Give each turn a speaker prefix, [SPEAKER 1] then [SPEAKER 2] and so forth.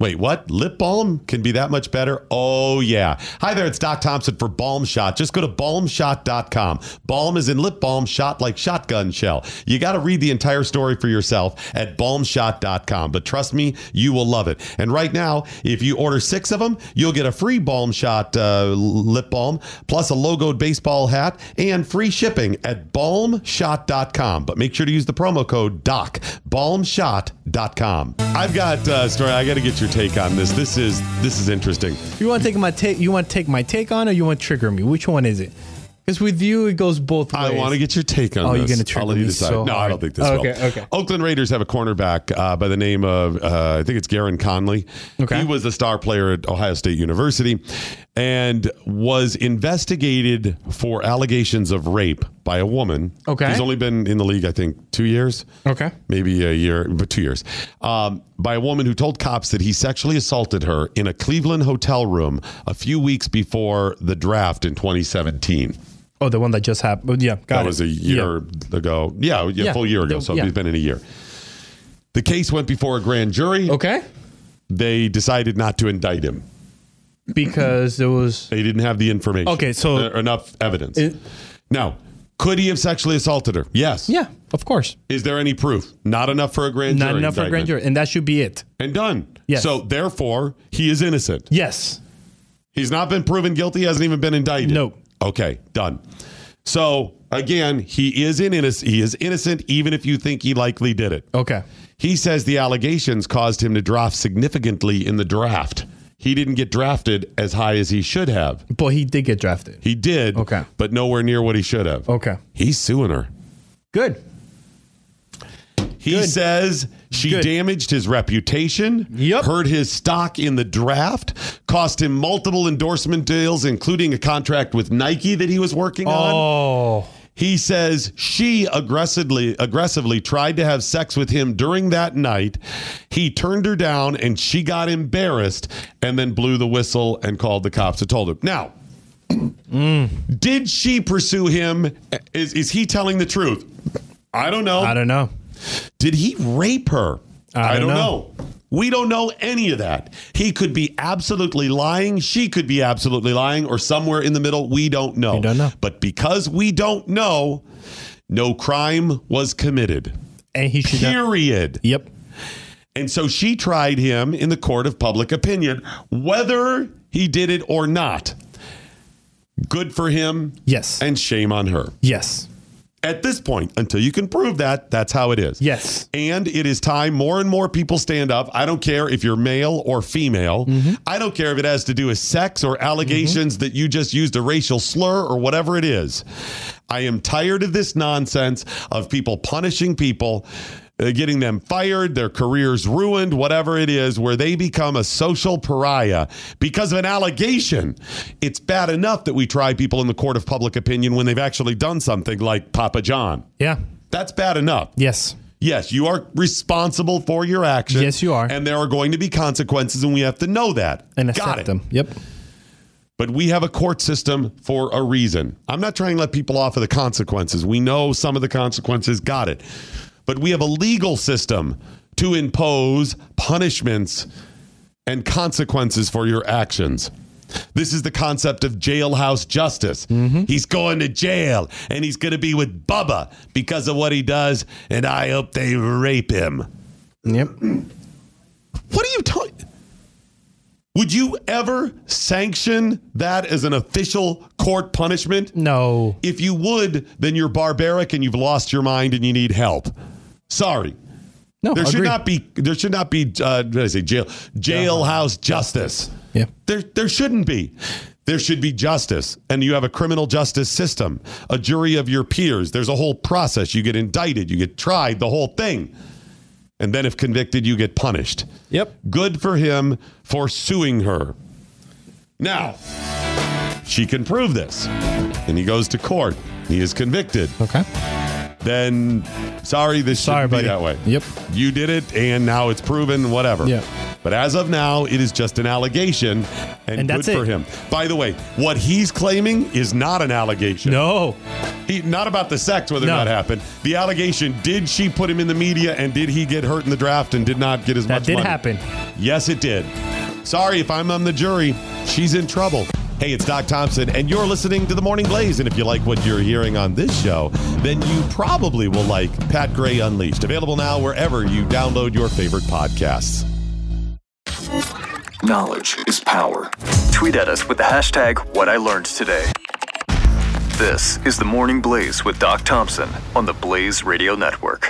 [SPEAKER 1] Wait, what? Lip balm can be that much better? Oh, yeah. Hi there, it's Doc Thompson for Balm Shot. Just go to balmshot.com. Balm is in lip balm, shot like shotgun shell. You got to read the entire story for yourself at balmshot.com, but trust me, you will love it. And right now, if you order six of them, you'll get a free Balm Shot uh, lip balm, plus a logoed baseball hat, and free shipping at balmshot.com. But make sure to use the promo code DOC, balmshot.com. I've got uh, story, I got to get your take on this. This is this is interesting.
[SPEAKER 2] You want to take my take? You want to take my take on, or you want to trigger me? Which one is it? Because with you, it goes both ways.
[SPEAKER 1] I want to get your take on
[SPEAKER 2] Oh,
[SPEAKER 1] this.
[SPEAKER 2] you're gonna
[SPEAKER 1] I'll
[SPEAKER 2] trigger
[SPEAKER 1] let you
[SPEAKER 2] me
[SPEAKER 1] decide.
[SPEAKER 2] so
[SPEAKER 1] no, I
[SPEAKER 2] hard.
[SPEAKER 1] don't think this
[SPEAKER 2] Okay,
[SPEAKER 1] will.
[SPEAKER 2] okay.
[SPEAKER 1] Oakland Raiders have a cornerback uh, by the name of uh, I think it's Garen Conley.
[SPEAKER 2] Okay.
[SPEAKER 1] He was a star player at Ohio State University and was investigated for allegations of rape by a woman.
[SPEAKER 2] Okay.
[SPEAKER 1] He's only been in the league I think 2 years
[SPEAKER 2] Okay.
[SPEAKER 1] maybe a year, but two years, um, by a woman who told cops that he sexually assaulted her in a Cleveland hotel room a few weeks before the draft in 2017.
[SPEAKER 2] Oh, the one that just happened. Yeah, got
[SPEAKER 1] That
[SPEAKER 2] it.
[SPEAKER 1] was a year ago. Yeah, yeah,
[SPEAKER 2] Yeah,
[SPEAKER 1] full year ago.
[SPEAKER 2] the-
[SPEAKER 1] So
[SPEAKER 2] yeah.
[SPEAKER 1] it's been in a year. The case went before a grand jury.
[SPEAKER 2] Yeah. Okay.
[SPEAKER 1] They decided not to indict him.
[SPEAKER 2] Because there was.
[SPEAKER 1] They didn't have the information.
[SPEAKER 2] Okay, so-
[SPEAKER 1] Uh, enough evidence.
[SPEAKER 2] It-
[SPEAKER 1] now, could he have sexually assaulted her? Yes.
[SPEAKER 2] Yeah, of course.
[SPEAKER 1] Is there any proof? Not enough for a grand
[SPEAKER 2] Not
[SPEAKER 1] jury.
[SPEAKER 2] enough for a
[SPEAKER 1] indictment.
[SPEAKER 2] grand jury, and that should be it.
[SPEAKER 1] and done.
[SPEAKER 2] Yes.
[SPEAKER 1] So therefore, he is innocent.
[SPEAKER 2] Yes.
[SPEAKER 1] He's not been proven guilty. Hasn't even been indicted.
[SPEAKER 2] No.
[SPEAKER 1] Okay. Done. So again, he is in innocent. He is innocent, even if you think he likely did it.
[SPEAKER 2] Okay.
[SPEAKER 1] He says the allegations caused him to drop significantly in the draft. He didn't get drafted as high as he should have.
[SPEAKER 2] But he did get drafted.
[SPEAKER 1] He did.
[SPEAKER 2] Okay.
[SPEAKER 1] But nowhere near what he should have.
[SPEAKER 2] Okay.
[SPEAKER 1] He's suing her.
[SPEAKER 2] Good.
[SPEAKER 1] He
[SPEAKER 2] Good.
[SPEAKER 1] says she
[SPEAKER 2] Good.
[SPEAKER 1] damaged his reputation,
[SPEAKER 2] Yep.
[SPEAKER 1] hurt his stock in the draft, cost him multiple endorsement deals, including a contract with Nike that he was working on.
[SPEAKER 2] Oh.
[SPEAKER 1] He says she aggressively aggressively tried to have sex with him during that night. He turned her down and she got embarrassed and then blew the whistle and called the cops and told him. Now, did she pursue him? Is is he telling the truth? I don't know.
[SPEAKER 2] I don't know.
[SPEAKER 1] Did he rape her?
[SPEAKER 2] I don't
[SPEAKER 1] know. We don't know any of that. He could be absolutely lying. She could be absolutely lying, or somewhere in the middle. We don't know.
[SPEAKER 2] We don't know.
[SPEAKER 1] But because we don't know, no crime was committed.
[SPEAKER 2] And he should. Not,
[SPEAKER 1] Period.
[SPEAKER 2] yep.
[SPEAKER 1] And so she tried him in the court of public opinion, whether he did it or not. Good for him.
[SPEAKER 2] Yes.
[SPEAKER 1] And shame on her.
[SPEAKER 2] yes.
[SPEAKER 1] At this point, until you can prove that, that's how it is.
[SPEAKER 2] Yes.
[SPEAKER 1] And it is time more and more people stand up. I don't care if you're male or female. I don't care if it has to do with sex or allegations that you just used a racial slur or whatever it is. I am tired of this nonsense of people punishing people. uh, Getting them fired, their careers ruined, whatever it is, where they become a social pariah because of an allegation. It's bad enough that we try people in the court of public opinion when they've actually done something like Papa John.
[SPEAKER 2] Yeah.
[SPEAKER 1] That's bad enough.
[SPEAKER 2] Yes.
[SPEAKER 1] Yes, you are responsible for your actions.
[SPEAKER 2] Yes, you are.
[SPEAKER 1] And there are going to be consequences, and we have to know that.
[SPEAKER 2] And
[SPEAKER 1] Got
[SPEAKER 2] accept
[SPEAKER 1] it.
[SPEAKER 2] them. Yep.
[SPEAKER 1] But we have a court system for a reason. I'm not trying to let people off of the consequences. We know some of the consequences. Got it. But we have a legal system to impose punishments and consequences for your actions. This is the concept of jailhouse justice. He's going to jail and he's going to be with Bubba because of what he does, and I hope they rape him.
[SPEAKER 2] Yep.
[SPEAKER 1] What are you talking? Would you ever sanction that as an official court punishment?
[SPEAKER 2] No.
[SPEAKER 1] If you would, then you're barbaric and you've lost your mind and you need help. Sorry.
[SPEAKER 2] No.
[SPEAKER 1] There should
[SPEAKER 2] agree.
[SPEAKER 1] not be there should not be uh, what did I say jail jailhouse justice.
[SPEAKER 2] Yeah.
[SPEAKER 1] There there shouldn't be. There should be justice. And you have a criminal justice system, a jury of your peers. There's a whole process. You get indicted, you get tried, the whole thing. And then if convicted, you get punished.
[SPEAKER 2] Yep.
[SPEAKER 1] Good for him for suing her. Now, she can prove this. And he goes to court. He is convicted.
[SPEAKER 2] Okay.
[SPEAKER 1] then sorry, this
[SPEAKER 2] Sorry,
[SPEAKER 1] should be
[SPEAKER 2] buddy.
[SPEAKER 1] that way.
[SPEAKER 2] Yep.
[SPEAKER 1] You did it, and now it's proven, whatever.
[SPEAKER 2] Yeah.
[SPEAKER 1] But as of now, it is just an allegation, and, good
[SPEAKER 2] And that's
[SPEAKER 1] for
[SPEAKER 2] it.
[SPEAKER 1] him. By the way, what he's claiming is not an allegation.
[SPEAKER 2] No.
[SPEAKER 1] He, not about the sex, whether or
[SPEAKER 2] No.
[SPEAKER 1] not happened. The allegation: Did she put him in the media, and did he get hurt in the draft, and did not get as
[SPEAKER 2] That
[SPEAKER 1] much?
[SPEAKER 2] did
[SPEAKER 1] money?
[SPEAKER 2] happen.
[SPEAKER 1] Yes, it did. Sorry if I'm on the jury. She's in trouble. Hey, it's Doc Thompson, and you're listening to The Morning Blaze. And if you like what you're hearing on this show, then you probably will like Pat Gray Unleashed. Available now wherever you download your favorite podcasts.
[SPEAKER 3] Knowledge is power. Tweet at us with the hashtag What I Learned Today. This is the Morning Blaze with Doc Thompson on the Blaze Radio Network.